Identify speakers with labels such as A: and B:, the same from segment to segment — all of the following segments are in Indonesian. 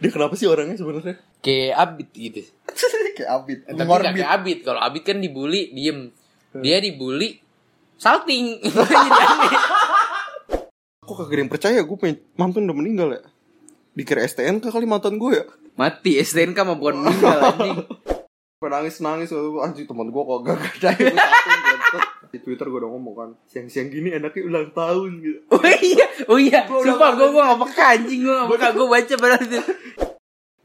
A: Dia kenapa sih orangnya sebenarnya?
B: Kayak abit gitu.
A: Kayak abit,
B: Tapi nggak kayak abit. Kalau abit kan dibully, diem. Dia dibully, salting. Jadi aneh.
A: Kok kagak ada yang percaya gue punya mantan udah meninggal ya? Dikira STN kah kali mantan gue ya?
B: Mati STNK mah bukan meninggal anjing.
A: Nangis nangis anjing teman gue kok gak percaya gua salting, bentut. di Twitter gue udah ngomong kan siang-siang gini enaknya ulang tahun gitu.
B: Oh iya, oh iya.
A: Gua udah
B: Sumpah gue gue nggak peka anjing gue nggak peka gue baca berarti.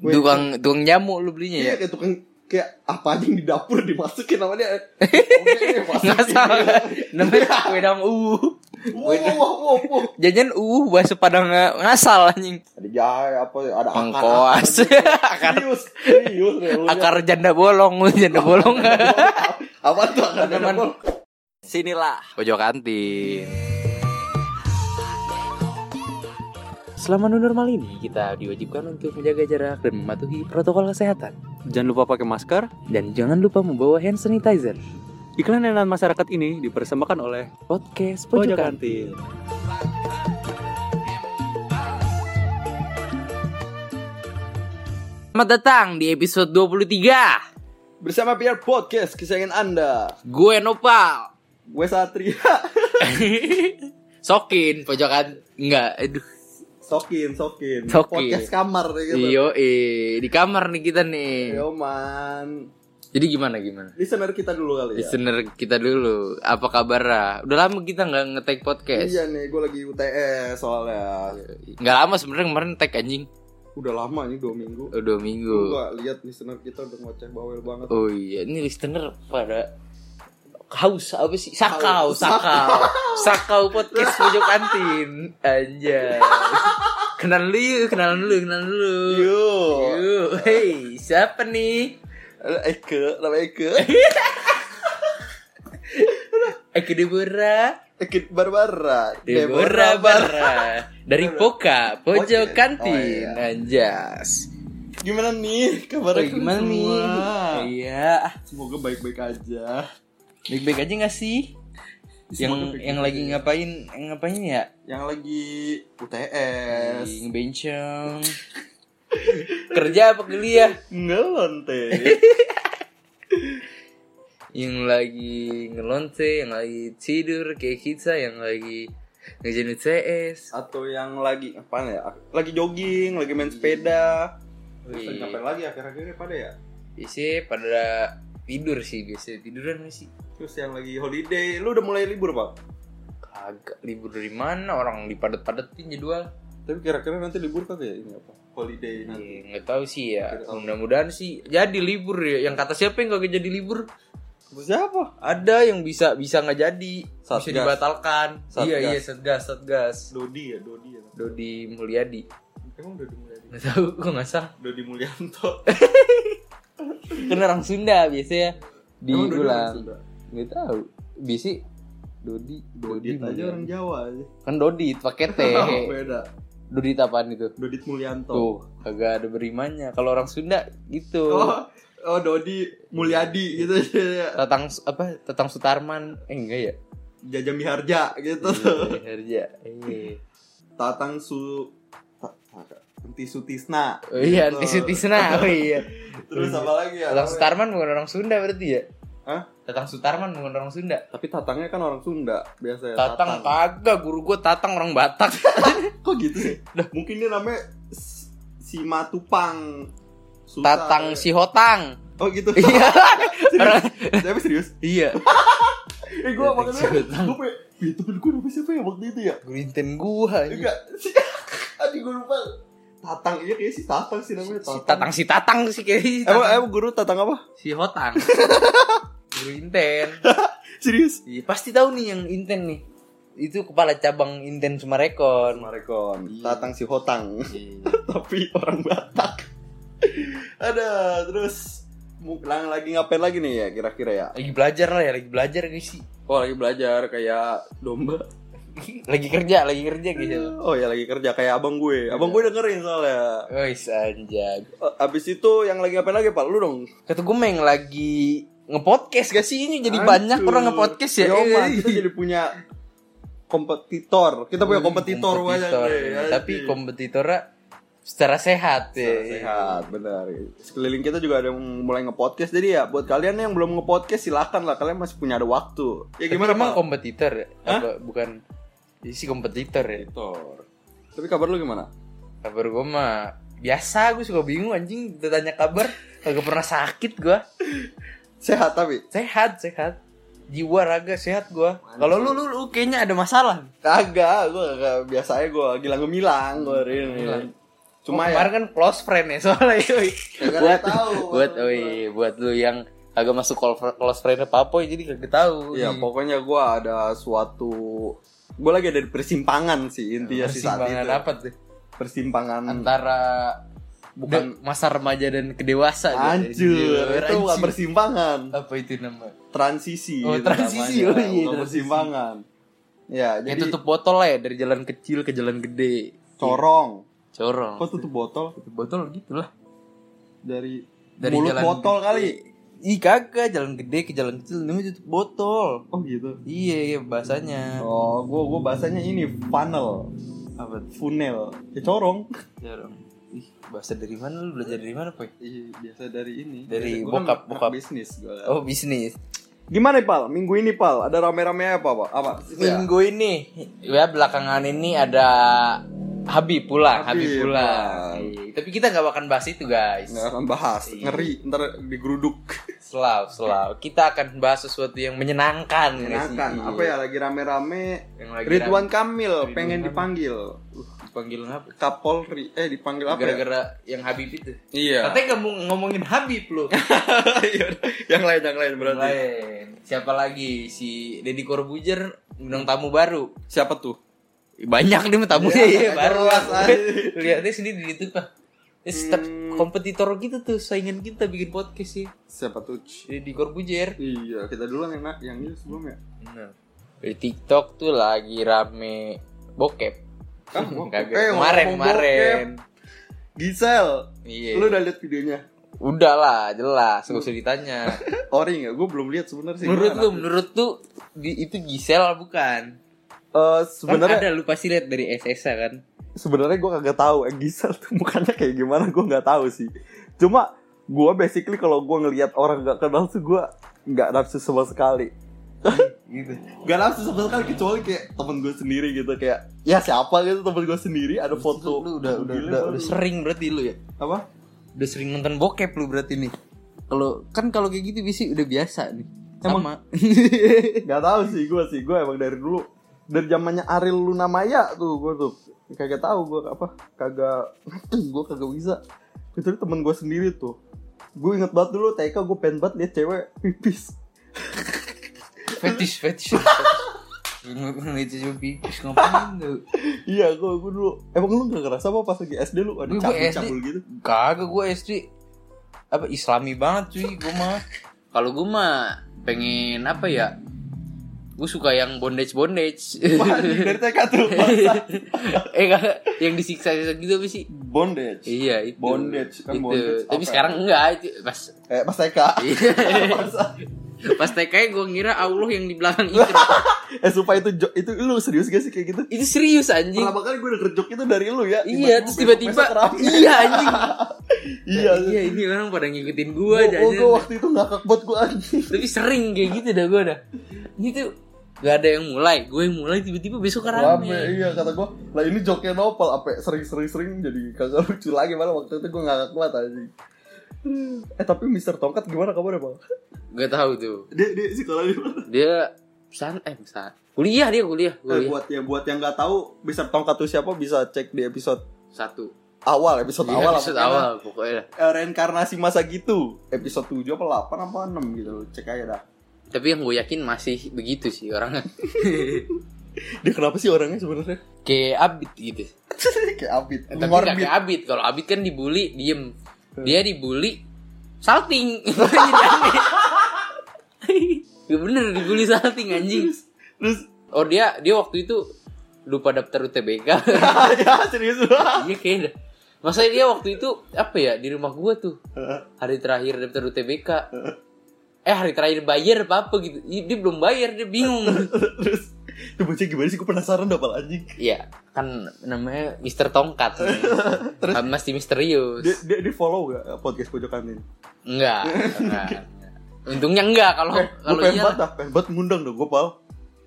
A: Wait.
B: Tukang tukang nyamuk lu belinya ya.
A: Iya kayak tukang kayak apa aja yang di dapur dimasukin sama dia. Oke, masukin.
B: Nggak salah. Namanya wedang uwu.
A: Wow, wow, wow, wow.
B: Jajan uwu bahasa Padang nggak- ngasal anjing.
A: Ada jahe apa ada akar.
B: Pangkoas. akar
A: Serius, serius. realnya.
B: akar janda bolong, janda bolong.
A: Apa tuh akar
B: Teman-teman.
A: dapur?
B: Sinilah pojok kantin. Selama new normal ini kita diwajibkan untuk menjaga jarak dan mematuhi protokol kesehatan.
C: Jangan lupa pakai masker.
B: Dan jangan lupa membawa hand sanitizer.
C: Iklan layanan masyarakat ini dipersembahkan oleh
B: Podcast
C: Pojok
B: pojokan.
C: Kantin.
B: Selamat datang di episode 23.
A: Bersama PR Podcast kesayangan Anda.
B: Gue Nopal.
A: Gue Satria.
B: Sokin pojokan enggak aduh.
A: Sokin, sokin.
B: Sokin.
A: Podcast kamar ya gitu.
B: Iyo, eh di kamar nih kita nih.
A: Yo man.
B: Jadi gimana gimana?
A: Listener kita dulu kali ya.
B: Listener kita dulu, apa kabar? ah? Udah lama kita nggak nge-tag podcast.
A: Iya nih, gue lagi UTS soalnya.
B: Nggak lama sebenarnya kemarin tag anjing
A: Udah lama nih dua minggu.
B: udah minggu.
A: Gue lihat listener kita udah ngoceh bawel banget.
B: Oh iya, ini listener pada haus apa sih? Sakau, sakau. Sakau podcast pojok kantin. Anjay. Kenalan dulu, yuk, kenalan dulu, kenalan dulu.
A: Yo.
B: Yuk. Hey, siapa nih?
A: Eke, nama Eke.
B: Eki Deborah.
A: Eke Barbara.
B: Deborah Barra. Dari Poka,
A: Pojok.
B: pojok kantin.
A: Oh, iya.
B: Anjas.
A: Gimana nih kabar
B: Oh,
A: kalian
B: gimana nih?
A: semua?
B: Iya.
A: Semoga baik-baik aja.
B: Baik-baik aja gak sih? Yang
A: Semoga baik-baik
B: yang lagi
A: aja.
B: ngapain? Yang ngapain ya?
A: Yang lagi UTS.
B: Lagi Ngebencong. Kerja apa kuliah?
A: Ngelonte.
B: Yang lagi ngelonte, yang lagi tidur kayak kita, yang lagi ngejain UTS.
A: Atau yang lagi apa ya? Lagi jogging, lagi main sepeda.
B: Wih.
A: Ngapain Iya. lagi akhir-akhirnya pada ya?
B: Biasanya pada tidur sih, biasanya tiduran gak sih?
A: Terus yang lagi holiday, lu udah mulai libur pak?
B: Kagak libur dari mana orang dipadet-padetin jadwal.
A: Tapi kira-kira nanti libur kagak ya ini apa? Holiday nanti.
B: Iya, nggak tahu sih ya.
A: Tidak tahu.
B: Mudah-mudahan sih jadi libur ya. Yang kata siapa yang nggak jadi libur?
A: Terus siapa?
B: Ada yang bisa bisa nggak jadi, bisa
A: Satgas.
B: dibatalkan.
A: Satgas.
B: Iya iya satgas satgas.
A: Dodi ya, Dodi ya.
B: Dodi Mulyadi.
A: Emang Dodi Mulyadi?
B: Nggak tahu, gue nggak salah.
A: Dodi Mulyanto.
B: Kan orang Sunda biasanya
A: Emang Dodi orang
B: diulang.
A: Sunda?
B: Nggak tahu. Bisi Dodi
A: Dodit
B: Dodi Oh,
A: aja orang
B: Mulyadi.
A: Jawa aja.
B: Kan Dodi pakai T. iya.
A: Beda.
B: Dodi apaan itu?
A: Dodit Mulyanto.
B: Tuh, kagak ada berimannya. Kalau orang Sunda gitu.
A: Oh, oh Dodi Mulyadi gitu ya.
B: Tatang apa? Tatang Sutarman. Eh enggak ya? Iya,
A: Jaja Miharja gitu.
B: Kerja. Iya.
A: Tatang Su Ta- Ta- Enti Sutisna.
B: Oh iya,
A: Gitu.
B: tisu tisna. Oh iya.
A: Terus apa lagi ya?
B: Tatang Sutarman bukan orang Sunda berarti ya?
A: Hah?
B: Tatang Sutarman bukan orang Sunda.
A: Tapi Tatangnya kan orang Sunda biasanya.
B: Tatang kagak, guru gua Tatang orang Batak.
A: Kok gitu sih? Mungkin dia namanya S- si Matupang. Susah.
B: Tatang si Hotang.
A: Oh gitu.
B: Iya.
A: serius.
B: Orang-
A: Tapi serius.
B: Iya.
A: Eh gua
B: Tatang si
A: makanya
B: Hotang.
A: gua punya Ya temen gua namanya siapa ya waktu itu ya?
B: Gurinten gua. anjing.
A: Enggak. Aduh gua lupa. Tatang iya kayaknya si Tatang sih namanya
B: Si Tatang si Tatang sih kayaknya. si
A: Emang
B: Tatang.
A: emang guru Tatang apa?
B: Si Hotang. Guru Inten.
A: Serius?
B: Iya, pasti tahu nih yang Inten nih. Itu kepala cabang Inten Sumarekon.
A: Marekon,
B: Iya.
A: Tatang si Hotang,
B: Iya.
A: tapi orang Batak. Ada, terus mulang lagi ngapain lagi nih ya kira-kira ya?
B: Lagi belajar lah ya, lagi belajar guys sih.
A: Oh lagi belajar kayak domba.
B: lagi kerja, lagi kerja guys. ya.
A: Oh ya lagi kerja kayak abang gue. Abang gue dengerin soalnya.
B: Wis anjay.
A: Eh, Abis itu yang lagi ngapain lagi Pak? Lu dong.
B: Kata gue meng lagi ngepodcast gak sih ini jadi
A: Hancur.
B: banyak orang ngepodcast ya.
A: Yo, Man,
B: Eh,
A: Iya, kita jadi punya kompetitor. ya, Iya, Kita punya kompetitor, banyak
B: kompetitor. Iya,
A: nih,
B: Tapi
A: anjing.
B: kompetitornya secara sehat ya.
A: Secara sehat benar sekeliling kita juga ada yang mulai ngepodcast jadi ya buat kalian yang belum ngepodcast silakan lah kalian masih punya ada waktu ya
B: Tapi
A: gimana
B: emang
A: Pak?
B: kompetitor ya? Apa, bukan isi kompetitor ya
A: Editor. tapi kabar lu gimana
B: kabar gue mah biasa gue suka bingung anjing ditanya kabar kagak pernah sakit gue
A: sehat tapi
B: sehat sehat jiwa raga sehat gue kalau lu, lu lu kayaknya ada masalah
A: kagak gue kagak biasanya gue gilang gemilang gue hari ini cuma
B: cuma kemarin
A: ya
B: kan close friend ya soalnya yoi.
A: Kagak
B: buat
A: tahu.
B: buat oi buat lu yang kagak masuk call- close friendnya papoy jadi kagak tahu
A: ya
B: Nih.
A: pokoknya gue ada suatu gue lagi ada di persimpangan sih intinya sih saat
B: Persimpangan
A: itu Hmm.
B: apa tuh
A: persimpangan
B: antara bukan
A: Bukan-
B: masa remaja dan kedewasa gitu.
A: hancur itu bukan
B: Anjir.
A: persimpangan
B: apa itu nama
A: transisi
B: Oh,
A: itu namanya.
B: transisi. Oh, iya,
A: Bukan
B: transisi.
A: persimpangan ya
B: ya
A: jadi
B: tutup botol lah ya dari jalan kecil ke jalan gede
A: corong
B: corong
A: kok tutup botol
B: tutup botol gitu lah
A: dari,
B: Dari
A: mulut
B: jalan-
A: botol kali
B: Ih kagak jalan gede ke jalan kecil namanya tutup botol.
A: oh gitu
B: Iya, iya bahasanya.
A: oh gue gue bahasanya ini funnel
B: Apa tuh?
A: funnel ya corong
B: Jarang. Ih, bahasa dari mana lu belajar dari mana, Poy?
A: Iya, biasa dari ini
B: Dari
A: Biasa- gua kan
B: bokap-
A: anak
B: bokap.
A: bisnis gua.
B: Oh, bisnis.
A: gimana pal minggu ini pal ada rame-rame apa pak apa
B: Minggu ini ya belakangan ini ada Habib pulang, Habib,
A: Habib
B: pulang. Iya, Tapi kita nggak akan bahas itu, guys.
A: nggak akan bahas ngeri ntar digeruduk
B: Selalu, selalu. Kita akan bahas sesuatu yang menyenangkan. guys.
A: enakan
B: Iya.
A: apa ya lagi rame-rame
B: Yang lagi
A: Ridwan Kamil
B: Ridwan
A: pengen
B: Kamil.
A: dipanggil Uh,
B: Dipanggil apa?
A: Kapolri eh dipanggil apa ya?
B: Gara-gara yang Habib itu.
A: Iya.
B: Katanya kamu ngomongin Habib lu.
A: yang lain yang lain
B: Yang lain. Siapa lagi? Si Deddy Corbuzier undang tamu baru.
A: Siapa tuh?
B: Banyak nih tamunya
A: Iya,
B: ya, baru
A: kelas
B: lah.
A: aja.
B: Lihatnya sendiri di YouTube lah. Terus ter- kompetitor gitu tuh saingan kita bikin podcast sih.
A: Siapa tuh?
B: Deddy Corbuzier.
A: Iya, kita duluan yang na- yang ini sebelumnya.
B: Bener. Di TikTok tuh lagi rame Ah, bokep.
A: Kan gua-
B: Kagak.
A: eh,
B: kemarin
A: ngomong
B: kemarin.
A: bokep. Gisel,
B: Iya.
A: lu udah lihat videonya?
B: Udah lah, jelas, gak usah ditanya.
A: Ori nggak? Gue belum lihat sebenarnya sih.
B: menurut
A: Gimana?
B: lu, menurut tuh di, itu Gisel apa bukan?
A: Eh,
B: Sebenarnya
A: sebenarnya
B: Kan ada lu pasti lihat dari SS kan.
A: sebenarnya gue kagak tahu eh, Gisel tuh mukanya kayak gimana gue nggak tahu sih. Cuma gue basically kalau gue ngelihat orang nggak kenal tuh gue nggak nafsu sama sekali.
B: Gitu.
A: Gak nafsu sama sekali kecuali kayak temen gue sendiri gitu kayak ya siapa gitu temen gue sendiri ada foto
B: lu udah udah,
A: Gila,
B: udah,
A: baru.
B: udah sering berarti lu ya
A: apa
B: udah sering nonton bokep lu berarti nih kalau kan kalau kayak gitu bisi udah biasa nih sama
A: Gak tahu sih gue sih gue emang dari dulu dari zamannya Ariel Luna Maya tuh gue tuh kagak tahu gue apa kagak gue kagak bisa kecuali temen gue sendiri tuh gue inget banget dulu TK gue pengen banget liat cewek pipis
B: fetish fetish itu juga pipis ngapain lu
A: iya gue gue dulu emang lu gak ngerasa apa pas lagi SD lu ada
B: Gue- gue
A: cabul
B: SD.
A: cabul gitu
B: kagak gue SD apa islami banget cuy gue mah kalau gue mah pengen apa ya gue suka yang bondage bondage
A: Wah, anjing, dari TK tuh bangsa.
B: eh kagak yang disiksa gitu apa sih
A: bondage
B: Iya itu.
A: Bondage, kan
B: itu.
A: bondage
B: Tapi
A: apa?
B: sekarang enggak itu pas
A: eh pas TK Bangsa.
B: pas TK gue ngira Allah yang di belakang ikro.
A: eh sumpah itu jo- itu lu serius gak sih kayak gitu
B: itu serius anjing.
A: pertama kali gue denger jok itu dari lu ya
B: Iya, terus tiba-tiba
A: besok-besok rame.
B: iya anjing.
A: iya
B: iya ini orang pada ngikutin gue
A: Gua-
B: aja.
A: gua- gua waktu itu ngakak buat gue anjing
B: Tapi sering kayak gitu dah gue dah. Ini tuh gak ada yang mulai, gue yang mulai tiba-tiba besok
A: Rame,
B: rame.
A: iya kata gue Lah ini joknya nopal Apa sering-sering-sering jadi kagak lucu lagi Malah waktu itu gue ngakak banget anjing Eh tapi Mister Tongkat gimana kabarnya bang?
B: Gak tahu tuh.
A: Dia, dia sekolah di mana?
B: Dia pesan eh pesan. Kuliah dia kuliah, kuliah.
A: buat ya buat yang nggak tahu Mister Tongkat tuh siapa bisa cek di episode
B: Satu.
A: awal episode
B: Iya,
A: awal
B: episode awal pokoknya dah.
A: Eh, reinkarnasi masa gitu episode 7 apa 8 apa 6 gitu cek aja dah
B: Tapi yang gue yakin masih begitu sih orangnya.
A: dia kenapa sih orangnya sebenarnya
B: Kayak abit gitu.
A: kayak abit
B: Eh, Tapi gak
A: ngorbit
B: kayak Abid Kalau Abid kan dibully Diem
A: Eh.
B: Dia dibully Salting Jadi aneh. Ya bener dibully salting anjing
A: terus
B: Oh dia Dia waktu itu Lupa daftar UTBK
A: ya serius lah
B: Iya kayaknya Masalahnya dia waktu itu Apa ya Di rumah gua tuh Hari terakhir daftar UTBK Eh hari terakhir bayar apa, apa gitu Ih, Dia belum bayar Dia bingung
A: terus Itu bocah gimana sih? Gue penasaran dah pal anjing.
B: Iya, kan namanya Mister Tongkat nih. Terus, Masih misterius.
A: Dia, dia, dia follow gak podcast pojok kantin?
B: Enggak, enggak. Untungnya enggak kalau
A: eh, gue
B: kalau
A: pengen
B: iya
A: banget dah, pengen banget ngundang dong gue pal.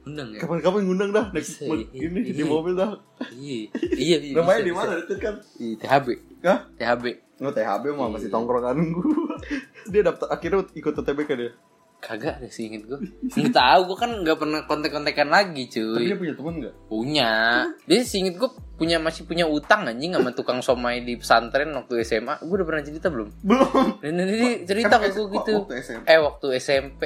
B: undang ya.
A: Kapan-kapan ngundang dah, next
B: Bisa,
A: month
B: iya,
A: ini di
B: iya.
A: mobil dah.
B: Iya, iya. iya,
A: Namanya
B: bisa,
A: di
B: bisa.
A: mana? Detik kan?
B: Di THB,
A: Hah?
B: THB.
A: Nggak THB mah masih
B: Iya.
A: tongkrongan gue. Dia daftar akhirnya ikut UTBK kan dia.
B: Kagak deh sih inget gue. Enggak tahu, gue kan enggak pernah kontek-kontekan lagi,
A: Tapi
B: cuy.
A: dia punya temen gak?
B: Punya. Dia sih inget gue punya masih punya utang anjing sama tukang somai di pesantren waktu SMA. Gue udah pernah cerita belum?
A: Belum.
B: Dan ini
A: Kan
B: cerita ke gue
A: S-
B: gitu.
A: Waktu SMP.
B: Eh waktu SMP,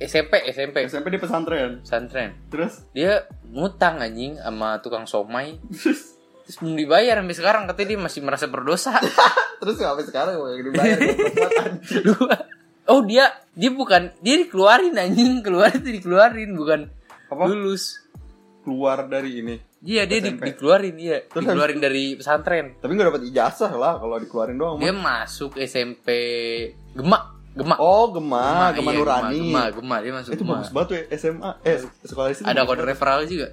B: SMP, SMP,
A: SMP di pesantren.
B: pesantren.
A: Terus
B: dia ngutang anjing sama tukang somai terus belum dibayar sampai sekarang katanya dia masih merasa berdosa
A: terus sampai sekarang gue yang dibayar gua perempuan, anjing.
B: Lu- oh dia dia bukan dia dikeluarin anjing keluar itu dikeluarin bukan
A: Apa?
B: lulus
A: keluar dari ini.
B: iya dia di-
A: SMP.
B: dikeluarin iya
A: Terus
B: dikeluarin dari pesantren
A: Tapi gak dapat ijazah lah kalau dikeluarin doang.
B: dia
A: Mon.
B: masuk SMP Gemak Gemak
A: Oh, Gema, Gema
B: iya,
A: Nurani.
B: Gema, Gema, dia masuk
A: Itu
B: Gema.
A: bagus banget tuh SMA. Eh, sekolah itu.
B: ada kode referral juga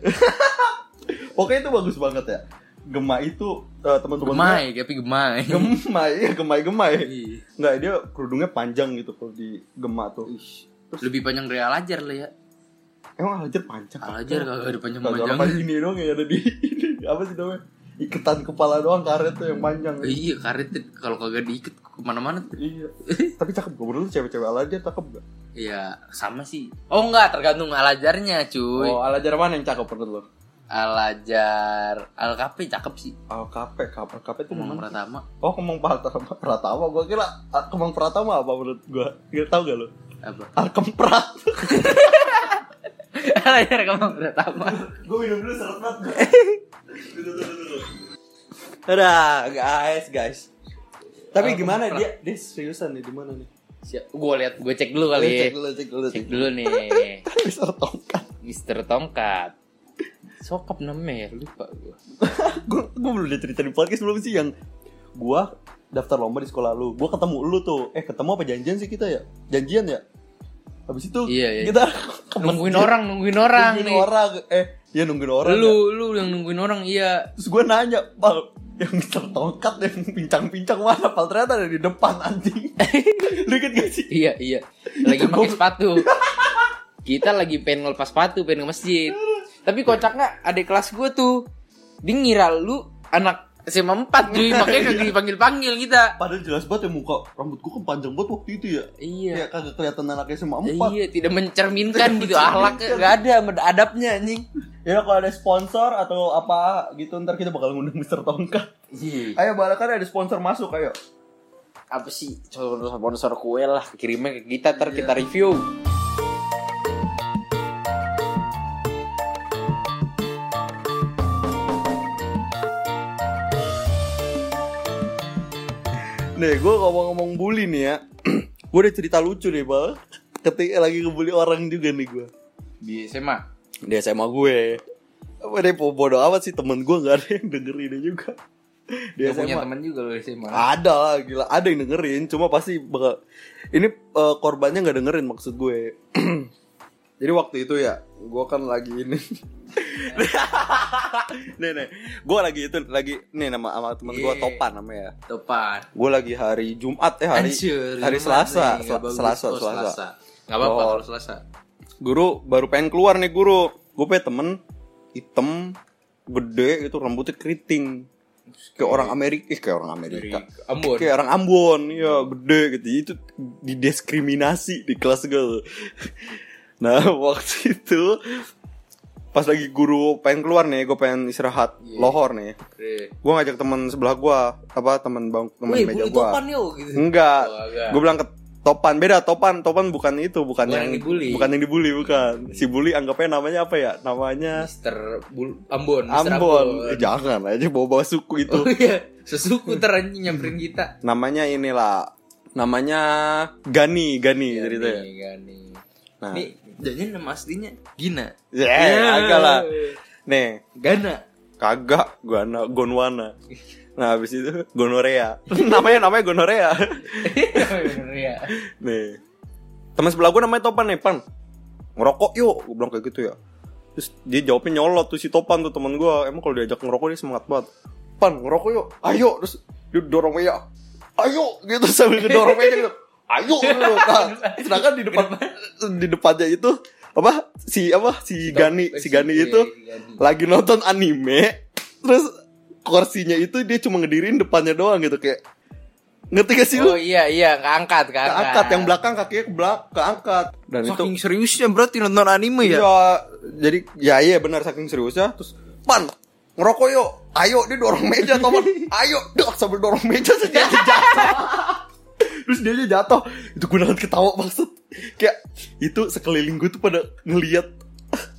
A: Pokoknya itu bagus banget ya. Gema itu eh, teman-teman gua-
B: Gemai, tapi Gemai
A: Gemai, iya, gemai, gemai.
B: Iya.
A: Enggak, dia kerudungnya panjang gitu kalau di Gema tuh.
B: Lebih panjang dari Alajar lah ya
A: Emang Alajar panjang.
B: Alajar kagak ada
A: Panjang
B: panjang-panjang
A: apa ini doang yang ada di ini. apa sih namanya? Iketan kepala doang karet tuh yang panjang.
B: Iya karet tuh, kalau kagak diikat kemana-mana tuh.
A: Iya. Tapi cakep gue menurut lu cewek-cewek Alajar cakep gak?
B: Iya sama sih Oh enggak tergantung alajarnya cuy
A: Oh, Alajar mana yang cakep menurut lu?
B: Alajar Alkape cakep sih
A: Oh, kape, kape, kape itu
B: Ngomong
A: mana?
B: pertama
A: Oh, kemang pratama, pratama. Gue kira ah, kemang pratama apa menurut gue? Gak tau gak lu?
B: Apa?
A: Alkemprat.
B: alajar ngomong pertama
A: gue minum dulu seret banget. gua. Dulu, dulu, dulu. Dadah, guys, guys. Tapi gimana dia? Dia seriusan nih di mana nih?
B: Siap Gue lihat gue cek dulu kali
A: Cek dulu, cek dulu.
B: Cek dulu nih
A: Bisa tongkat.
B: Mister Tongkat Sokap namanya ya lupa gue
A: gue gue belum udah cerita di podcast belum sih yang gue daftar lomba di sekolah lu gue ketemu lu tuh eh ketemu apa janjian sih kita ya janjian ya habis itu
B: Iya, iya.
A: kita ke
B: Nungguin
A: masjid,
B: orang nungguin orang
A: nungguin
B: nih
A: orang eh ya nungguin orang ya.
B: Lu lu yang nungguin orang iya
A: terus gue nanya pal yang tertongkat yang pincang-pincang mana pal ternyata ada di depan anjing lu inget gak sih
B: Iya iya Lagi
A: Itu
B: pakai
A: gua-
B: sepatu Kita lagi pengen ngelepas sepatu Pengen ke masjid Tapi kocaknya adik kelas gue tuh Dia ngira lu Anak SMA 4 cuy Makanya kagak dipanggil-panggil kita
A: padahal jelas banget ya muka rambut gue kan panjang banget waktu itu ya
B: Iya
A: ya kagak kelihatan anaknya semua empat
B: Iya tidak mencerminkan gitu Ahlaknya gak ada sama Adabnya anjing
A: ya kalau ada sponsor atau apa gitu ntar kita bakal ngundang Mister Tongkat Ayo balakan ada sponsor masuk ayo.
B: Apa sih Sponsor-sponsor kue lah Kirimnya ke kita Ntar kita review
A: Nih gue ngomong-ngomong bully nih ya. gue ada cerita lucu nih bal. Ketika lagi ngebully orang juga nih gue.
B: Di SMA
A: Di SMA gue. Apa deh bodoh amat sih temen gue nggak ada yang dengerin juga. Di
B: Dia punya
A: SMA.
B: teman juga loh di SMA
A: Ada lah gila ada yang dengerin. Cuma pasti bakal. Ini eh, korbannya nggak dengerin maksud gue. Jadi waktu itu ya gue kan lagi ini. nih nih gue lagi itu lagi nih nama sama temen gue
B: Iya.
A: Topan namanya
B: Topan
A: gue lagi hari Jumat eh hari
B: Hancur,
A: hari
B: gimana
A: Selasa
B: nih?
A: Sel-
B: Nggak bagus.
A: Selasa
B: Oh,
A: Selasa
B: Nggak apa-apa
A: Oh.
B: kalau Selasa
A: guru baru pengen keluar nih guru gue punya temen hitam gede gitu rambutnya keriting kayak orang Amerika eh, kayak orang Amerika
B: Ambon
A: kayak orang Ambon ya gede gitu itu didiskriminasi di kelas gue nah waktu itu pas lagi guru pengen keluar nih gue pengen istirahat
B: Iya.
A: lohor nih
B: Wih,
A: gue ngajak teman sebelah gue apa teman bang teman meja Hmm.
B: bully
A: gue
B: topan yo gitu.
A: Enggak.
B: Oh, enggak.
A: Gue bilang ke Topan, beda Topan. Topan bukan itu, bukan,
B: Bukan
A: yang,
B: yang dibully. Iya.
A: bukan yang dibully, bukan. Si bully anggapnya namanya apa ya? Namanya
B: Mister Bul Ambon, Mister
A: Ambon. Eh, jangan aja bawa-bawa suku itu.
B: Oh iya, sesuku teranjing nyamperin kita.
A: Namanya inilah namanya Gani, Gani ceritanya.
B: Nih, Gani.
A: Iya, ya. Nah.
B: Nih, jangan nama aslinya Gina. Iya.
A: Ya, agak lah. Nih,
B: Gana.
A: kagak Guana, Gonwana. Nah, habis itu gonorea. namanya namanya gonorea.
B: Bener ya.
A: Nih. Teman sebelah gue namanya Topan nih, Pan. Ngerokok yuk, gue bilang kayak gitu ya. terus dia jawabnya nyolot tuh si Topan tuh teman gue emang kalau diajak ngerokok dia semangat banget Pan ngerokok yuk ayo terus dia dorong meja ayo gitu sambil ngedorong meja gitu ayo gitu. nah, sedangkan di depan di depannya itu apa si apa si Gani si Gani itu lagi nonton anime terus kursinya itu dia cuma ngedirin depannya doang gitu kayak ngerti gak sih lu
B: Oh iya iya keangkat keangkat.
A: keangkat yang belakang kakinya ke belakang keangkat dan itu
B: Saking seriusnya berarti nonton anime ya.
A: iya jadi ya iya benar saking seriusnya terus pan ngerokok yuk ayo dia dorong meja teman ayo dah sambil dorong meja terus dia aja jatuh terus dia aja jatuh itu gue nahan ketawa maksud kayak itu sekeliling gue tuh pada ngelihat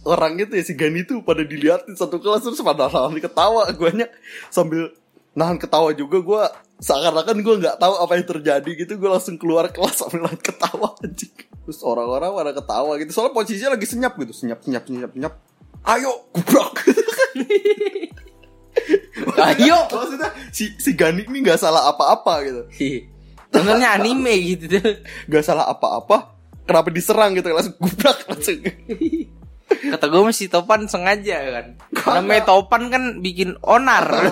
A: orang itu ya si Gani tuh pada diliatin satu kelas terus pada nahan ketawa guanya sambil nahan ketawa juga gue seakan-akan gue nggak tahu apa yang terjadi gitu gue langsung keluar kelas sambil nahan ketawa anjing terus orang-orang pada ketawa gitu soalnya posisinya lagi senyap gitu senyap senyap senyap senyap ayo gubrak
B: Ayo.
A: maksudnya si si Gani ini nggak salah apa-apa gitu
B: Iya. Nontonnya anime gitu tuh.
A: nggak salah apa-apa kenapa diserang gitu langsung gubrak langsung
B: Kata gue masih Topan sengaja kan. Namanya Topan kan bikin onar,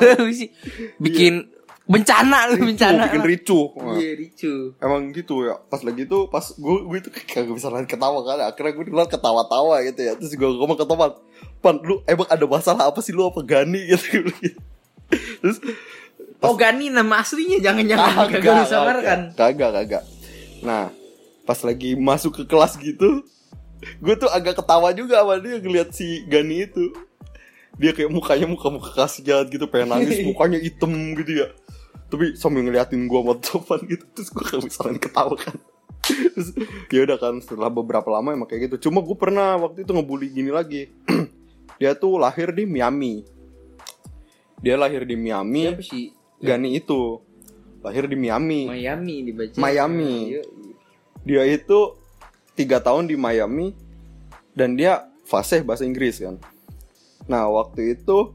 B: bikin bencana, bencana.
A: Iya. bikin ricuh
B: Iya, ricu.
A: emang gitu ya pas lagi itu pas gue gue itu kagak bisa nahan ketawa kan akhirnya gue dilihat ketawa-tawa gitu ya terus gue ngomong ke teman pan lu emang ada masalah apa sih lu apa Gani gitu terus
B: Oh Gani nama aslinya jangan-jangan kagak disamarkan.
A: kagak kagak nah pas lagi masuk ke kelas gitu gue tuh agak ketawa juga sama dia ngeliat si Gani itu dia kayak mukanya muka muka kelas jahat gitu pengen nangis mukanya hitam gitu ya tapi sambil ngeliatin gue sama teman gitu terus gue gak bisa nahan ketawa kan terus ya udah kan setelah beberapa lama emang kayak gitu cuma gue pernah waktu itu ngebully gini lagi dia tuh lahir di Miami dia lahir di Miami
B: Siapa sih?
A: Gani itu lahir di Miami.
B: Miami dibaca.
A: Miami.
B: Iya.
A: Dia itu tiga tahun di Miami dan dia fasih bahasa Inggris kan. Nah waktu itu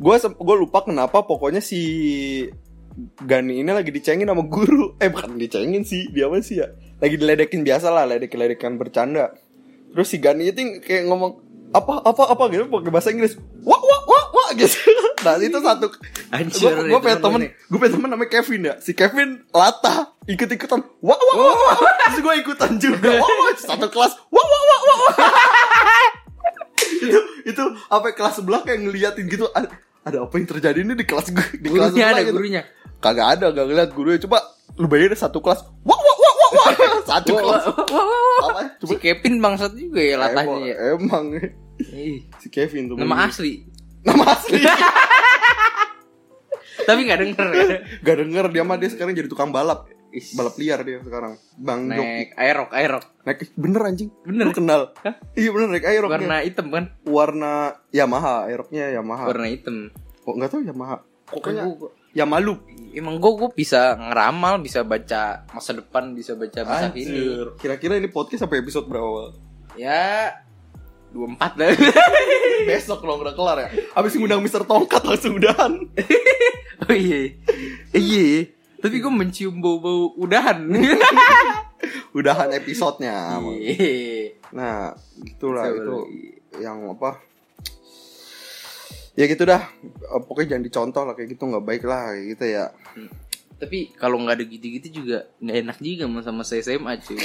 A: gue gue lupa kenapa pokoknya si Gani ini lagi dicengin sama guru. Eh bukan dicengin sih, dia apa sih ya? Lagi diledekin biasa lah, ledekin-ledekin bercanda. Terus si Gani itu kayak ngomong apa apa apa gitu pakai bahasa Inggris. Wah wah wah wah gitu. Nah itu satu.
B: Anjir,
A: Gue
B: itu
A: punya
B: temen
A: temen,
B: nih.
A: gue punya temen namanya Kevin ya. Si Kevin latah ikut ikutan. Wah wah wah. wah.
B: Oh.
A: Terus gue ikutan juga. Oh, Wah wah satu kelas. Wah wah wah wah. wah. itu itu apa kelas sebelah kayak ngeliatin gitu. Ada, ada apa yang terjadi ini di kelas gue di kelas
B: Gurunya
A: sebelah
B: ada
A: gitu.
B: gurunya.
A: Kagak ada, gak ngeliat gurunya. Coba lu bayangin ada satu kelas. Wah wah wah wah wah. Satu
B: Wah,
A: kelas.
B: wah, wah, wah, wah.
A: Apa? ya?
B: Si
A: Coba
B: Kevin bangsat juga ya latahnya
A: emang,
B: ya.
A: emang
B: Ih,
A: si Kevin tuh.
B: Nama asli.
A: Nama asli.
B: Tapi nggak denger ya.
A: Gak denger dia mah dia sekarang jadi tukang balap.
B: Ish.
A: Balap liar dia sekarang. Bang Joki.
B: Naik aerok aerok.
A: Naik bener anjing.
B: Bener.
A: Lu kenal.
B: Hah?
A: Iya bener naik aerok. Warna
B: Warna hitam kan?
A: warna Yamaha, aeroknya Yamaha.
B: Warna hitam.
A: Kok enggak tahu Yamaha. Ah. Pokoknya
B: Gua- gua-
A: Yamalu.
B: Emang gue gue bisa ngeramal, bisa baca masa depan, bisa baca masa kini.
A: Anjir. Kira-kira ini podcast sampai episode berapa?
B: Ya 24 lah.
A: Besok kalau udah kelar ya. Abis ngundang Mister Tongkat langsung udahan.
B: oh iya. Iya. Tapi gue mencium bau-bau udahan.
A: Udahan episodenya.
B: Iya.
A: Nah, gitulah
B: Bisa
A: itu
B: lagi.
A: yang apa? Ya gitu dah. Eh, Pokoknya jangan dicontoh lah kayak gitu nggak baik lah kayak gitu ya.
B: Tapi kalau nggak ada gitu-gitu juga nggak enak juga sama saya SMA cuy.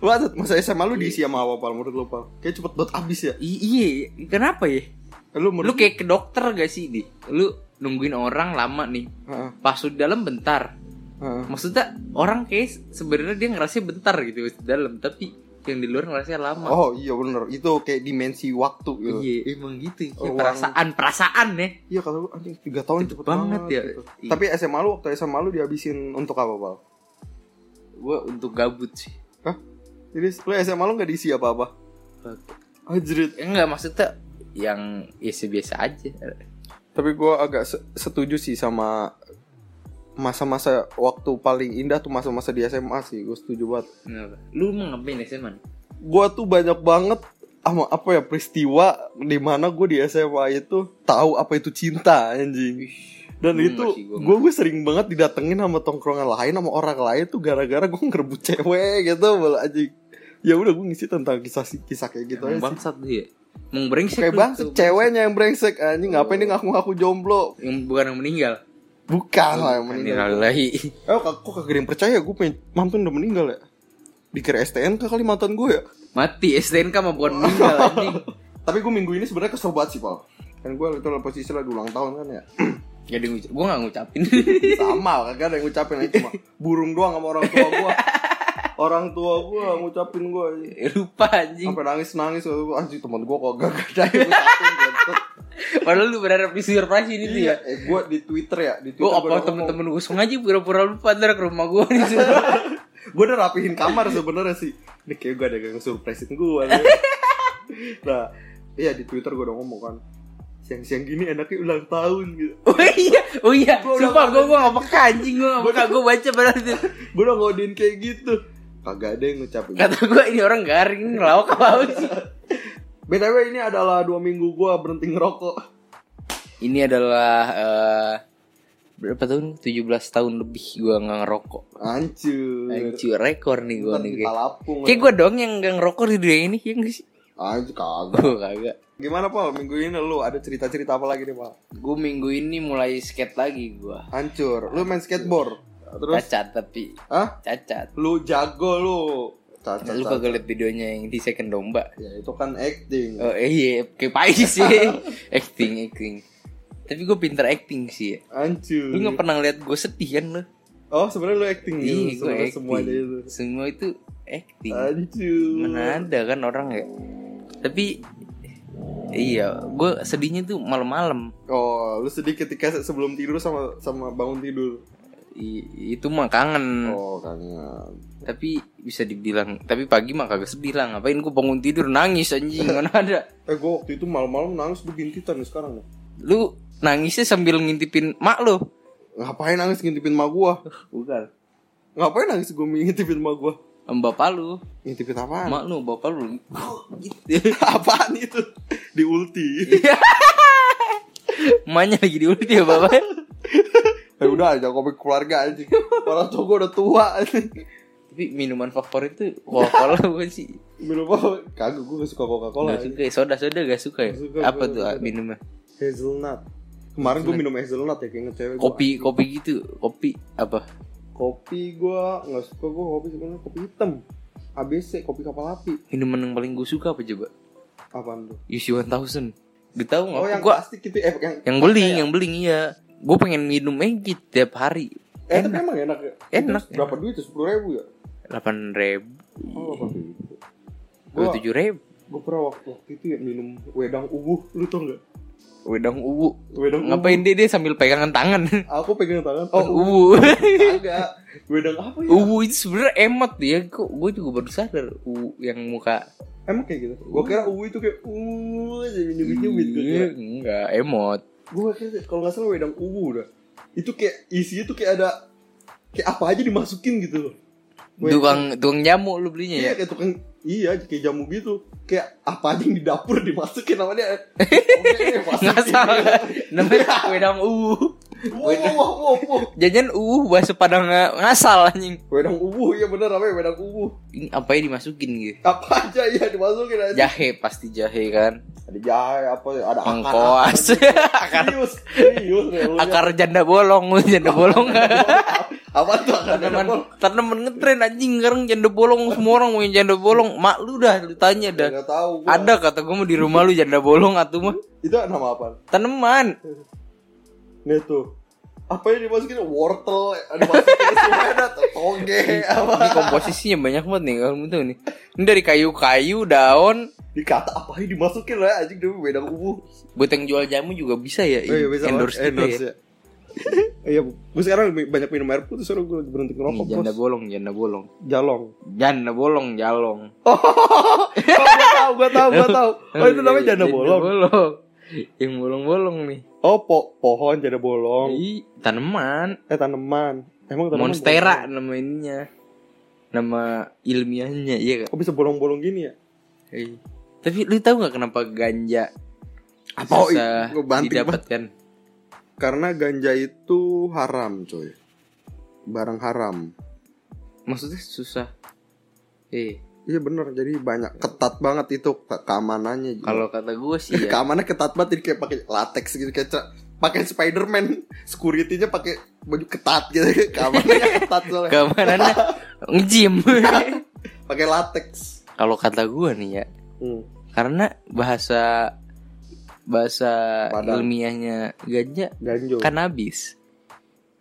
A: Lu ada masa SMA lu diisi sama apa Pal? menurut lu Pal? Kayak cepet banget abis ya.
B: I- iya, kenapa ya?
A: Eh, Lu
B: Lu
A: menurut
B: kayak ke dokter gak sih, Di? Lu nungguin orang lama nih.
A: Heeh,
B: Pas di dalam bentar.
A: heeh.
B: Maksudnya orang kayak sebenarnya dia ngerasa bentar gitu di dalam, tapi yang di luar ngerasa lama.
A: Oh iya bener Itu kayak dimensi waktu gitu.
B: Iya, emang gitu. Kayak
A: Orang-
B: perasaan, perasaan ya.
A: Iya kata lu anjing 3 tahun
B: Cepet
A: cepet,
B: banget ya.
A: gitu.
B: Iya.
A: Tapi SMA lu waktu SMA lu dihabisin untuk apa Pal?
B: Gue untuk gabut sih.
A: Hah? Jadi lu SMA lu gak diisi apa-apa? Anjrit
B: Ya, Enggak, maksudnya yang ya biasa aja.
A: Tapi gua agak se- setuju sih sama masa-masa waktu paling indah tuh masa-masa di SMA sih gue setuju banget
B: Kenapa? Lu mau ngapain ya, SMA?
A: gue tuh banyak banget sama apa ya peristiwa di mana gue di SMA itu tahu apa itu cinta anjing dan
B: Hmm,
A: itu
B: masih gua-
A: gue gue sering banget didatengin sama tongkrongan lain sama orang lain tuh gara-gara gue ngerebut cewek gitu malah anjing ya udah gue ngisi tentang kisah kisah kayak gitu aja
B: Emang
A: sih
B: bangsat dia. Emang brengsek.
A: kayak
B: lu
A: bangsat
B: tuh.
A: ceweknya yang brengsek anjing ngapain dia ngaku-ngaku jomblo
B: Yang bukan yang meninggal.
A: bukan
B: Kan
A: lah yang meninggal
B: Innalillahi.
A: eh kok kok kagak ada yang percaya gue pengen mantan udah meninggal ya dikira STN ke kali mantan gue ya
B: Mati STNK mah bukan meninggal anjing.
A: tapi gue minggu ini sebenarnya kesel banget sih pal kan gue itu dalam posisi lagi ulang tahun kan ya
B: Gak ada ngucap, gue gak ngucapin
A: sama kagak ada yang ngucapin aja cuma burung doang sama orang tua gue orang tua gue ngucapin gue
B: Lupa anjing
A: sampai nangis nangis anjing teman gue kok gak ada yang ngucapin gitu.
B: Padahal lu berharap di surprise ini tuh
A: Iya,
B: ya
A: eh, gue di Twitter ya, di
B: Gue
A: Twitter
B: apa temen-temen gue sengaja pura-pura lupa ntar ke rumah gue nih
A: Gue udah rapihin kamar sebenarnya sih. Ini kayak gue ada yang surprisein gue. nah, iya di Twitter gue udah ngomong kan. Siang-siang gini enaknya ulang tahun gitu.
B: Oh iya, oh iya,
A: Gua udah
B: sumpah gue gue gak peka anjing Gue gak peka, gue baca padahal itu
A: Gue udah ngodein kayak gitu. Kagak ada yang ngucapin.
B: Kata gue ini orang garing, ngelawak apa sih
A: BTW ini adalah dua minggu gue berhenti ngerokok.
B: Ini adalah eh, Berapa tahun? 17 tahun lebih gue gak ngerokok
A: Hancur.
B: Anjir, rekor nih gue
A: Ntar
B: nih
A: kita
B: kayak
A: lapung.
B: Kayak gue doang yang gak ngerokok di dunia ini, ya gak
A: eh.
B: sih?
A: Anjir kagak.
B: Gue kagak
A: Gimana Pal? Minggu ini lu ada cerita-cerita apa lagi nih Pal?
B: Gue minggu ini mulai skate lagi gue
A: Hancur. Lu main skateboard. Terus?
B: Cacat tapi
A: Hah?
B: Cacat
A: lu jago lu cacat
B: Lu
A: cacat.
B: kagak liat videonya yang di second domba
A: ya itu kan acting
B: Oh eh, iya kayak pais sih Acting acting Tapi gue pinter acting sih ya.
A: hancur
B: Lu gak pernah liat gue sedih kan lu
A: oh sebenarnya lu acting gitu
B: Iya gue
A: sebenarnya
B: acting
A: semuanya itu
B: Semua itu acting
A: hancur
B: Mana ada kan orang ya Tapi Iya Gue sedihnya tuh malam-malam
A: oh lu sedih ketika sebelum tidur sama sama bangun tidur
B: I- Itu mah kangen
A: oh kangen
B: Tapi bisa dibilang Tapi pagi mah kagak sedih lah Ngapain gue bangun tidur nangis anjing Mana ada
A: eh gua waktu itu malam-malam nangis gue bintitan nih sekarang nih
B: Lu nangisnya sambil ngintipin mak lu
A: ngapain nangis ngintipin ma gua
B: Bukan
A: ngapain nangis gue ngintipin ma gua
B: Bapak lu
A: ngintipin apaan
B: Mak lu, bapak lu gitu.
A: apaan itu di ulti
B: Emaknya lagi diulit ya bapak
A: eh udah jangan ngomongin keluarga aja orang tua gua udah tua anjing.
B: Tapi minuman favorit tuh Coca-Cola bukan sih
A: Minum apa? Kagak, gue gak suka Coca-Cola
B: Gak suka ya, soda-soda gak suka ya
A: Gak suka,
B: Apa
A: gua
B: tuh
A: gak
B: ah,
A: suka.
B: minumnya
A: Hazelnut Kemarin gue minum hazelnut ya, kayak ngecewek
B: Kopi, kopi gitu Kopi apa
A: Kopi gue, gak suka gue kopi sebenarnya kopi hitam ABC, kopi kapal api
B: Minuman yang paling gue suka apa coba
A: Apaan tuh?
B: UC 1000 Udah tau gak
A: Oh yang
B: gua,
A: plastik gitu, eh yang
B: Yang beling, yang beling iya Gue pengen minum aja tiap hari
A: Eh tapi emang enak ya?
B: Enak,
A: Itu Berapa duit tuh? 10 ribu ya?
B: 8 ribu
A: Oh apa
B: Iya.
A: gitu Gua-
B: 27 ribu
A: Gue pernah waktu, waktu itu ya minum wedang ubuh, lu tau gak?
B: Wedang uwu
A: Wedang
B: Ngapain dia, dia sambil pegangan tangan
A: ubuh. Aku pegang tangan
B: Oh
A: Oh ubuh
B: uwu
A: Agak Wedang apa ya?
B: Uwu itu sebenarnya emot ya kok gue juga baru sadar Uwu yang muka
A: Emang kayak gitu? Gue kira ubuh itu kayak Uuuuh Nyubit-nyubit gue gitu, kira
B: Iya, enggak emot
A: gue kira kalau nggak salah wedang uwu udah itu kayak isinya tuh kayak ada kayak apa aja dimasukin gitu loh Wedang-
B: tukang tukang jamu lu belinya
A: iya
B: ya
A: kayak tukang iya kayak jamu gitu kayak apa aja yang di dapur dimasukin namanya Oke, masukin.
B: nggak salah namanya wedang uwu
A: Wow, wow, wow, wow.
B: jajan uwu bahasa padang nggak- ngasal anjing
A: wedang uwu iya bener namanya wedang uwu
B: ini apa ya dimasukin gitu
A: apa aja ya dimasukin aja
B: jahe pasti jahe kan
A: ada jahe apa ada akar
B: angkoas akar
A: serius serius ya,
B: akar janda bolong janda bolong
A: apa tuh akar
B: tanaman tanaman ngetren anjing sekarang janda bolong semua orang mau yang janda bolong mak lu dah lu tanya dah
A: nggak tahu gua.
B: ada kata gue mau di rumah lu janda bolong atuh mah
A: itu nama apa
B: tanaman
A: Nih tuh apa yang dimasukin wortel ada masukin isi ada tuh, toge apa
B: Ini komposisinya banyak banget nih kalau itu nih. Ini dari kayu-kayu, daun.
A: dikata apa yang dimasukin lah anjing demi beda kubu
B: Buat yang jual jamu juga bisa ya.
A: Oh,
B: endorse kita ya.
A: iya gue sekarang mi- banyak minum air putih soalnya gue lagi berhenti ngerokok
B: Nih,
A: bos
B: janda bolong, janda bolong.
A: jalong Oh,
B: Janda bolong, jalong.
A: gue tau gue tau gue tau oh itu namanya janda bolong
B: Yang bolong-bolong nih.
A: oh po- pohon janda bolong
B: Ih, tanaman.
A: eh tanaman emang tanaman
B: Iya. Monstera nama ininya. Nama ilmiahnya, iya
A: bolong?
B: kak?
A: kok bisa bolong-bolong gini ya
B: Iya. Tapi lu tahu nggak kenapa ganja
A: Apa?
B: susah
A: Gua banting
B: didapatkan?
A: karena ganja itu haram coy barang haram
B: Maksudnya susah. Eh,
A: Iya bener, jadi banyak ketat banget itu ke- keamanannya. Ji.
B: Kalau kata gue sih ya.
A: keamanannya ketat banget, jadi kayak pakai latex gitu, kayak ce- pakai Spiderman, security-nya pakai baju ketat gitu, keamanannya ketat soalnya,
B: Keamanannya nge-gym.
A: pakai latex.
B: Kalau kata gue nih ya,
A: Hmm.
B: karena bahasa bahasa
A: Padang.
B: ilmiahnya ganja
A: Ganjol.
B: Kan- kanabis.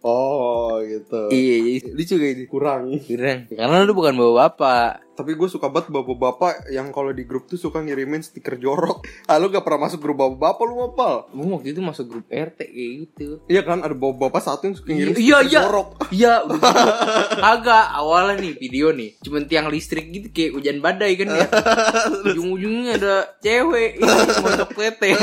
A: Oh gitu.
B: Iya, iya, lucu gak ini?
A: Kurang.
B: Keren. Karena lu bukan bawa bapak.
A: Tapi gue suka banget bapak-bapak yang kalau di grup tuh suka ngirimin stiker jorok. Ah lu gak pernah masuk grup bapak-bapak lu mapal.
B: Gue waktu itu masuk grup RT kayak gitu.
A: Iya kan ada bapak-bapak satu yang suka ngirim
B: Iya,
A: stiker
B: iya.
A: jorok.
B: Iya, udah gitu. agak awalnya nih video nih, cuman tiang listrik gitu kayak hujan badai kan ya. Ujung-ujungnya ada cewek ini mocok tete.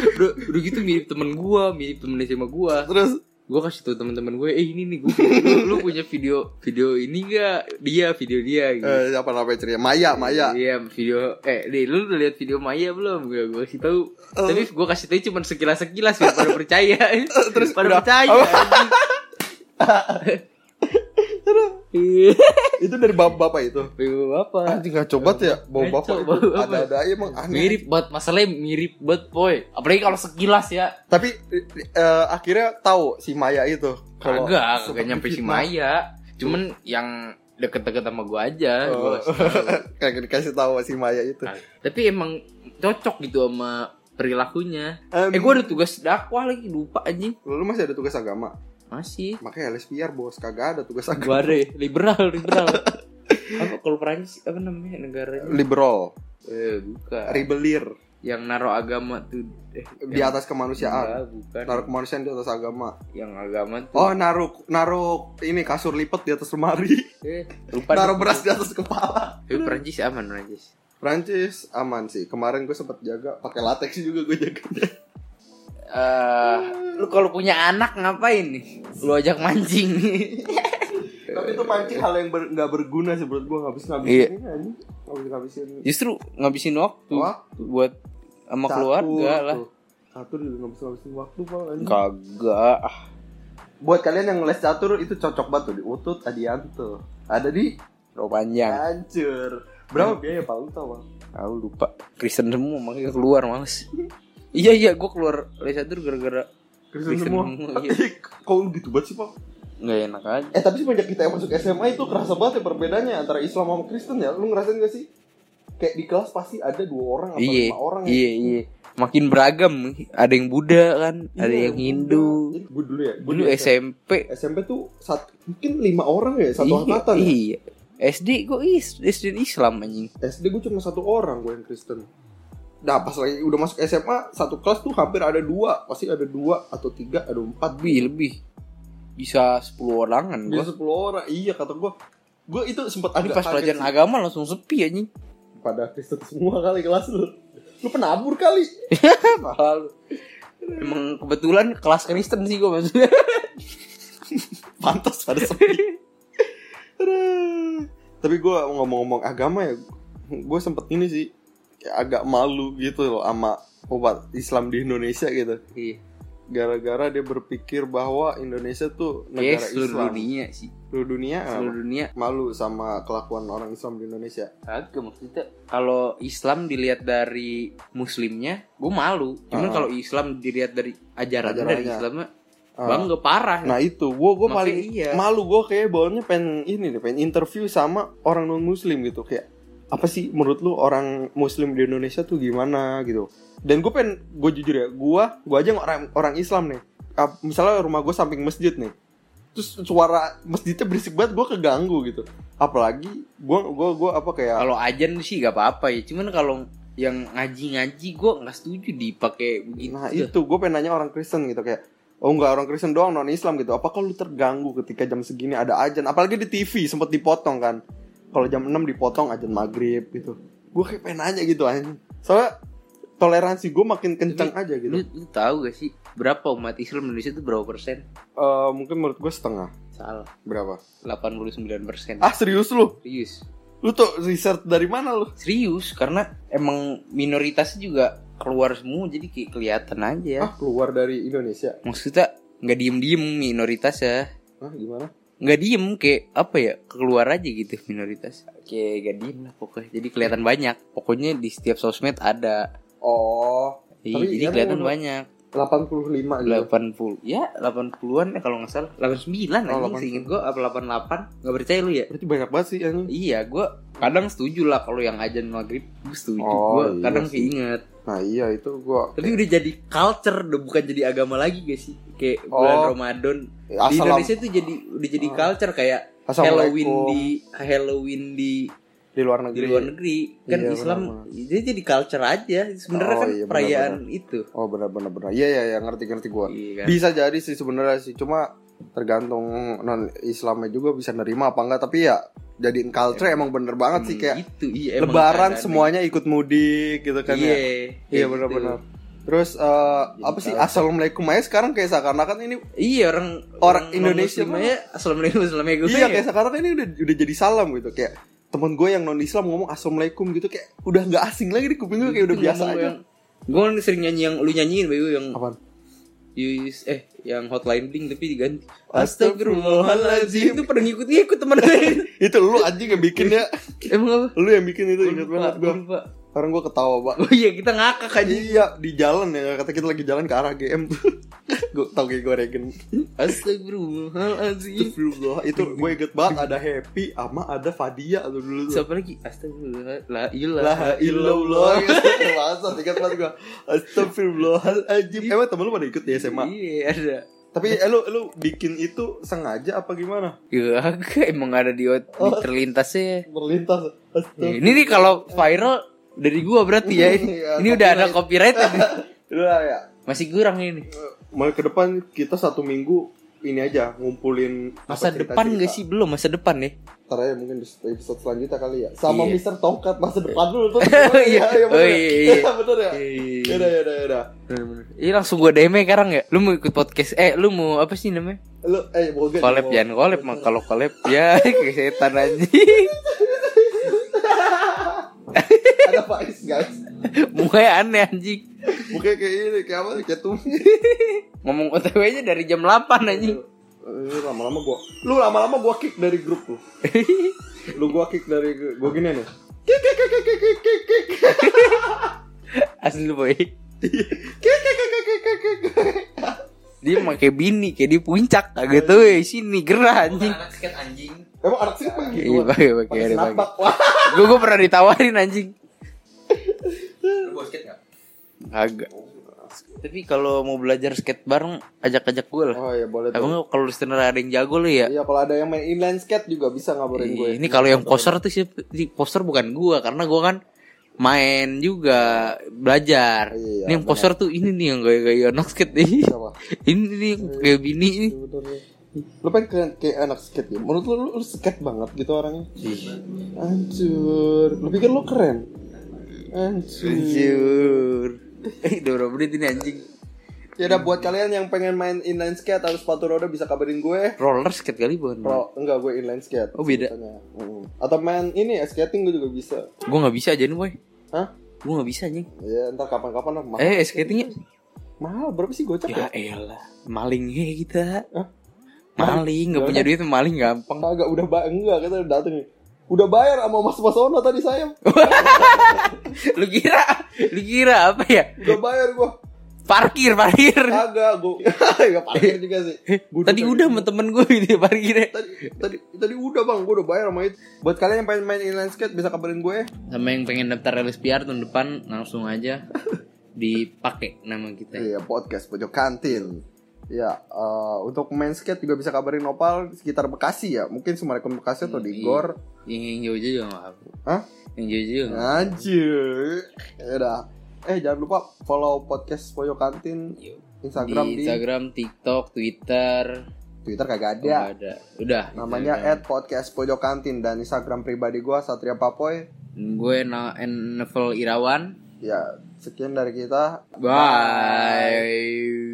B: udah, udah gitu mirip temen gua, mirip temen SMA gua.
A: Terus
B: Gua kasih tau teman-teman gue, eh ini nih gua, lu, lu punya video video ini gak? Dia video dia gitu.
A: eh, siapa namanya ceria? Maya, Maya.
B: Iya video eh deh lu udah lihat video Maya belum? Gak gue kasih tahu.
A: Eh.
B: Tapi gue kasih tahu cuma sekilas sekilas biar pada percaya. Terus pada
A: udah.
B: percaya. anjing. Iya.
A: itu dari bapak-bapak itu.
B: Bingung apa?
A: Anjing gak coba tuh ya bapak-bapak
B: Ngaco,
A: itu.
B: bapak-bapak.
A: Ada-ada aja emang aneh.
B: Mirip banget masalahnya mirip banget boy. Apalagi kalau sekilas ya.
A: Tapi eh, akhirnya tahu si Maya itu. Kalau
B: Kagak,
A: seperti
B: kagak nyampe si
A: fitnah.
B: Maya. Cuman yang deket-deket sama gue aja. gua
A: Oh.
B: kasih tahu.
A: Kagak dikasih tahu si Maya itu.
B: Nah, Tapi emang cocok gitu sama perilakunya.
A: Em,
B: Eh gue ada tugas dakwah lagi lupa anjing.
A: Lu masih ada tugas agama.
B: Masih.
A: Makanya LSPR bos kagak ada tugas agama.
B: Gua ada ya, liberal, liberal. apa kalau Prancis apa namanya negaranya?
A: Liberal,
B: Eh, bukan.
A: ribelir
B: Yang naruh agama tuh eh,
A: di
B: yang-
A: atas kemanusiaan.
B: Enggak, bukan.
A: ah. Naruh kemanusiaan di atas agama.
B: yang agama tuh.
A: Oh, naruh naruh ini kasur lipat di atas lemari.
B: Eh, lupa. Eh,
A: Naruh
B: deh.
A: beras di atas kepala.
B: Tapi Prancis aman Prancis.
A: Prancis aman sih. Kemarin gue sempet jaga pakai latex juga gue jaga.
B: Eh, lu kalau punya anak ngapain nih? Lu ajak mancing.
A: Tapi itu mancing hal yang ber- nggak berguna sih menurut gue habis ngabisin
B: Iya.
A: ini anjing. Habis ngabisin
B: Justru ngabisin waktu
A: Waktu.
B: buat sama
A: Catur
B: keluarga lah.
A: tuh. Catur juga nggak bisa ngabisin waktu Bang, anjing.
B: Kagak. ah.
A: Buat kalian yang les catur itu cocok banget tuh di Utut Adianto. Ada di
B: Terlalu panjang.
A: Hancur. Berapa biaya Pak Lu tau Bang?
B: Aku lupa Kristen semua makanya keluar males Iya iya gue keluar Les Catur gara-gara
A: Kristen
B: Kristen
A: semua.
B: semua, iya.
A: Ih, Kok lu gitu banget sih Pak?
B: nggak enak aja
A: Eh tapi semenjak kita yang masuk SMA itu kerasa banget ya perbedaannya antara Islam sama Kristen ya. Lu ngerasain gak sih? Kayak di kelas pasti ada dua orang atau
B: Iya
A: lima orang ya.
B: iya iya Makin beragam Ada yang Buddha kan Ada yang Hindu
A: Gue dulu ya. Iya, gua
B: Dulu
A: di
B: SMP
A: SMP tuh sat- mungkin lima orang ya satu
B: Iya,
A: angkatan. ya.
B: Iya SD gue is, SD Islam anjing
A: SD gue cuma satu orang gue yang Kristen. Nah pas lagi udah masuk SMA satu kelas tuh hampir ada dua, pasti ada dua atau tiga, ada empat.
B: Lebih lebih Bisa 10 orangan
A: Dia
B: gue
A: sepuluh orang, iya kata gue. Gue itu sempat
B: Ini
A: agak
B: pas
A: kaget
B: pelajaran
A: sih.
B: agama langsung sepi anjing
A: pada Kristen semua kali kelas lu. Lu penabur kali.
B: Lalu Emang kebetulan kelas Kristen sih gue maksudnya
A: Pantas pada sepi. Aduh. Tapi gue ngomong-ngomong agama ya, gue sempet ini sih kayak agak malu gitu loh sama umat Islam di Indonesia gitu.
B: Iya
A: Gara-gara dia berpikir bahwa Indonesia tuh negara
B: Yes,
A: Islam.
B: Iya, Eh, seluruh dunia sih
A: Seluruh dunia apa?
B: Seluruh dunia
A: malu sama kelakuan orang Islam di Indonesia.
B: Kagak maksudnya kalau Islam dilihat dari muslimnya, gue malu. Cuman
A: Ah.
B: kalau Islam dilihat dari ajarannya, dari
A: Ajarannya.
B: Islamnya,
A: Ah.
B: bang gak parah.
A: Nah itu, gue gue
B: Makanya
A: paling
B: iya.
A: malu gue kayak bawanya pengen ini deh, pengen interview sama orang non Muslim gitu kayak apa sih menurut lu orang Muslim di Indonesia tuh gimana gitu. Dan gue pengen gue jujur ya, gue gue aja orang orang Islam nih. Ah, misalnya rumah gue samping masjid nih, terus suara masjidnya berisik banget gue keganggu gitu. Apalagi gue gue gue apa kayak
B: Kalau ajan sih gak apa-apa ya. Cuman kalau yang ngaji-ngaji, gue nggak setuju dipakai begitu.
A: Nah itu gue pengen nanya orang Kristen gitu kayak Oh enggak orang Kristen doang non Islam gitu Apakah lu terganggu ketika jam segini ada ajan Apalagi di TV sempet dipotong kan Kalau jam 6 dipotong ajan maghrib gitu Gue kayak pengen nanya gitu anjing Soalnya toleransi gue makin kenceng aja gitu
B: Lu, lu tahu gak sih berapa umat Islam Indonesia itu berapa persen?
A: Eh, Mungkin menurut gue setengah
B: Salah,
A: Berapa?
B: 89 persen.
A: Ah serius lu?
B: Serius,
A: Lu tuh research dari mana lu?
B: serius karena emang minoritasnya juga keluar semua jadi kayak kelihatan aja.
A: Ya. Ah keluar dari Indonesia
B: Maksudnya nggak diem-diem minoritas ya.
A: Hah gimana?
B: nggak diem kayak apa ya keluar aja gitu minoritas kayak gak diem lah pokoknya jadi kelihatan banyak pokoknya di setiap sosmed ada
A: Oh.
B: Iya,
A: Tapi
B: jadi
A: emang
B: kelihatan
A: udah
B: banyak
A: 85 gitu.
B: 80 ya 80-an ya kalau nggak salah 89
A: Oh,
B: anjing seinget gua apa 88 nggak percaya lu ya
A: Berarti banyak banget sih anjing.
B: iya gua kadang setuju lah kalau yang ajan maghrib gua setuju
A: Oh,
B: gua
A: iya
B: kadang
A: sih.
B: keinget
A: Nah, iya itu gua
B: tapi udah jadi culture udah bukan jadi agama lagi guys sih kayak bulan
A: Oh.
B: Ramadan di
A: Assalam-
B: Indonesia tuh jadi udah jadi
A: Oh.
B: culture kayak
A: Assalamualaikum.
B: Halloween di Halloween di
A: di luar
B: di
A: negeri.
B: luar negeri kan
A: Iya,
B: Islam
A: benar-benar.
B: dia jadi culture aja sebenarnya
A: Oh,
B: kan
A: iya,
B: perayaan itu
A: Oh, benar benar benar. Iya iya iya ngerti ngerti gua.
B: iya kan
A: Bisa jadi sih sebenarnya sih, cuma tergantung non Islamnya juga bisa nerima apa enggak, tapi ya jadiin culture emang bener banget sih
B: Emang
A: kayak
B: gitu, iya, emang
A: lebaran
B: ada-
A: semuanya ikut mudik gitu kan
B: iya,
A: ya.
B: kayak
A: Iya
B: gitu.
A: benar-benar. Terus eh, apa sih
B: kalau-
A: assalamualaikum aja sekarang kayak seakan-akan ini
B: iya orang
A: Orang Indonesia
B: ya assalamualaikum assalamualaikum
A: iya
B: ya.
A: kayak sekarang ini udah udah jadi salam gitu kayak temen gue yang non Islam ngomong assalamualaikum gitu kayak udah nggak asing lagi di kuping gue kayak udah
B: Itu
A: biasa
B: ngomong
A: aja.
B: yang- gue kan sering nyanyi yang lu nyanyiin bayu yang
A: Apaan?
B: you is- eh yang hotline bling tapi diganti
A: Astagfirullahaladzim.
B: astagfirullahaladzim itu iya, pada ngikut-ngikut teman lain
A: Itu lu anjing yang bikin ya.
B: emang apa
A: Lu yang bikin itu
B: Gua
A: ingat
B: lupa,
A: banget
B: gua
A: gue.
B: lupa.
A: Sekarang gue ketawa pak.
B: oh iya kita ngakak aja
A: Iya di jalan ya kata kita lagi jalan ke arah GM. gue tau kayak gue regen.
B: astagfirullahaladzim
A: Astagfirullah itu gue inget banget ada Happy sama ada Fadia tuh dulu. tuh.
B: siapa lagi astagfirullahaladzim
A: La illallah Masa tiket banget gua Astagfirullahaladzim Emang temen lu pada ikut di SMA?
B: iya ada
A: Tapi eh, lu, lu bikin itu sengaja apa gimana?
B: Ya, emang ada di, ot- di
A: Oh.
B: terlintasnya.
A: Berlintas
B: Ya,
A: Astagfirullah
B: ini nih kalau viral dari gua berarti ya. Ini,
A: Iya,
B: ini udah ada copyright.
A: Udah ya
B: Masih kurang ini.
A: Mulai ke depan kita satu minggu ini aja ngumpulin apa
B: Masa
A: cerita-cerita.
B: depan gak sih belum masa depan ya?
A: Ntar aja mungkin di episode selanjutnya kali ya Sama
B: Iya.
A: Mister Tongkat masa depan dulu tuh
B: Iya.
A: bener
B: Oh,
A: ya?
B: iya, iya.
A: bener ya
B: Iya.
A: Yaudah yaudah yaudah
B: Ini langsung gua DM sekarang ya. Lu mau ikut podcast? Eh, lu mau apa sih namanya?
A: Lu eh boga
B: Collab jangan collab mah kalau collab ya kesetan anjing.
A: Ada Faiz guys
B: Mukanya aneh anjing.
A: Mukanya kayak ini kayak apa kayak tuh
B: Ngomong OTW-nya dari jam 8 anjing.
A: Lu Eh, lama-lama gua lu lama-lama gua kick dari grup lu lu gua kick dari gua gini nih kick kick kick kick kick kick kick
B: Asli boy.
A: kick kick kick kick kick kick
B: Dia pakai bini kayak di puncak kagak tuh eh, sini gerah anjing.
A: emang anak gitu, sih pengen
B: Iya, pakai pakai ada pakai.
A: senapak wah
B: Gue gue pernah ditawarin anjing. Agak. Tapi kalau mau belajar skate bareng ajak-ajak gue lah.
A: oh iya boleh tuh
B: Abang kalau listener ada yang jago lu ya.
A: iya kalau ada yang main inline skate juga bisa ngabarin ya. gue
B: Ini kalau yang poster tuh sih poster bukan gua karena gua kan main juga belajar.
A: Iya,
B: ini yang poster tuh ini nih yang gaya-gaya anak skate nih.
A: Siapa?
B: ini nih yang kayak bini ini.
A: Sebenarnya. lu pengen kayak, kayak anak skate ya menurut lu, lu lu skate banget gitu orangnya
B: Iya.
A: hancur lu pikir lu keren hancur
B: Anjur. Eh, udah berapa menit ini anjing?
A: ya udah buat kalian yang pengen main inline skate atau sepatu roda bisa kabarin gue
B: Roller skate kali bukan?
A: Pro, enggak gue inline skate.
B: Oh, beda.
A: Ceritanya. Mm. Atau main ini ya, skating gue juga bisa.
B: Gue nggak bisa aja nih boy.
A: Hah?
B: Gue nggak bisa anjing.
A: Ya ntar kapan-kapan lah. Mahal.
B: Eh skatingnya
A: mahal berapa sih gocap ya?
B: Ya elah, maling ya kita.
A: Hah?
B: Maling, nggak punya duit maling gampang.
A: Enggak, enggak udah ba enggak kita udah dateng nih. Udah bayar sama Mas Masono tadi saya.
B: Oh, lu kira, lu kira apa ya?
A: Udah bayar gue.
B: Parkir, parkir.
A: Kagak gue. Enggak parkir juga sih. Ah, Gua
B: Eh. Tadi
A: udah-
B: udah sama temen gue ini parkirnya.
A: Tadi, tadi tadi udah bang, gue udah bayar sama itu. Buat kalian yang pengen main inline skate bisa kabarin gue. ya.
B: Sama yang pengen daftar LSPR tahun depan langsung aja dipakai nama kita.
A: Iya podcast pojok kantin. Ya eh, untuk main skate juga bisa kabarin Nopal sekitar Bekasi ya. Mungkin Summarecon Bekasi atau di
B: Iya.
A: Gor.
B: Yang yang jauh juga nggak apa.
A: Hah?
B: Yang jauh juga. nggak
A: Anjir. Ya udah. Eh jangan lupa follow podcast Poyo Kantin
B: apa.
A: Instagram
B: di
A: di,
B: Instagram, TikTok, Twitter,
A: Twitter kagak
B: nggak
A: ada.
B: ada. Udah.
A: Ya.
B: gitu
A: Namanya
B: aja.
A: at podcast Poyo Kantin dan Instagram pribadi gua Satria Papoy.
B: Gue Na- Novel Irawan.
A: Ya sekian dari kita.
B: Bye.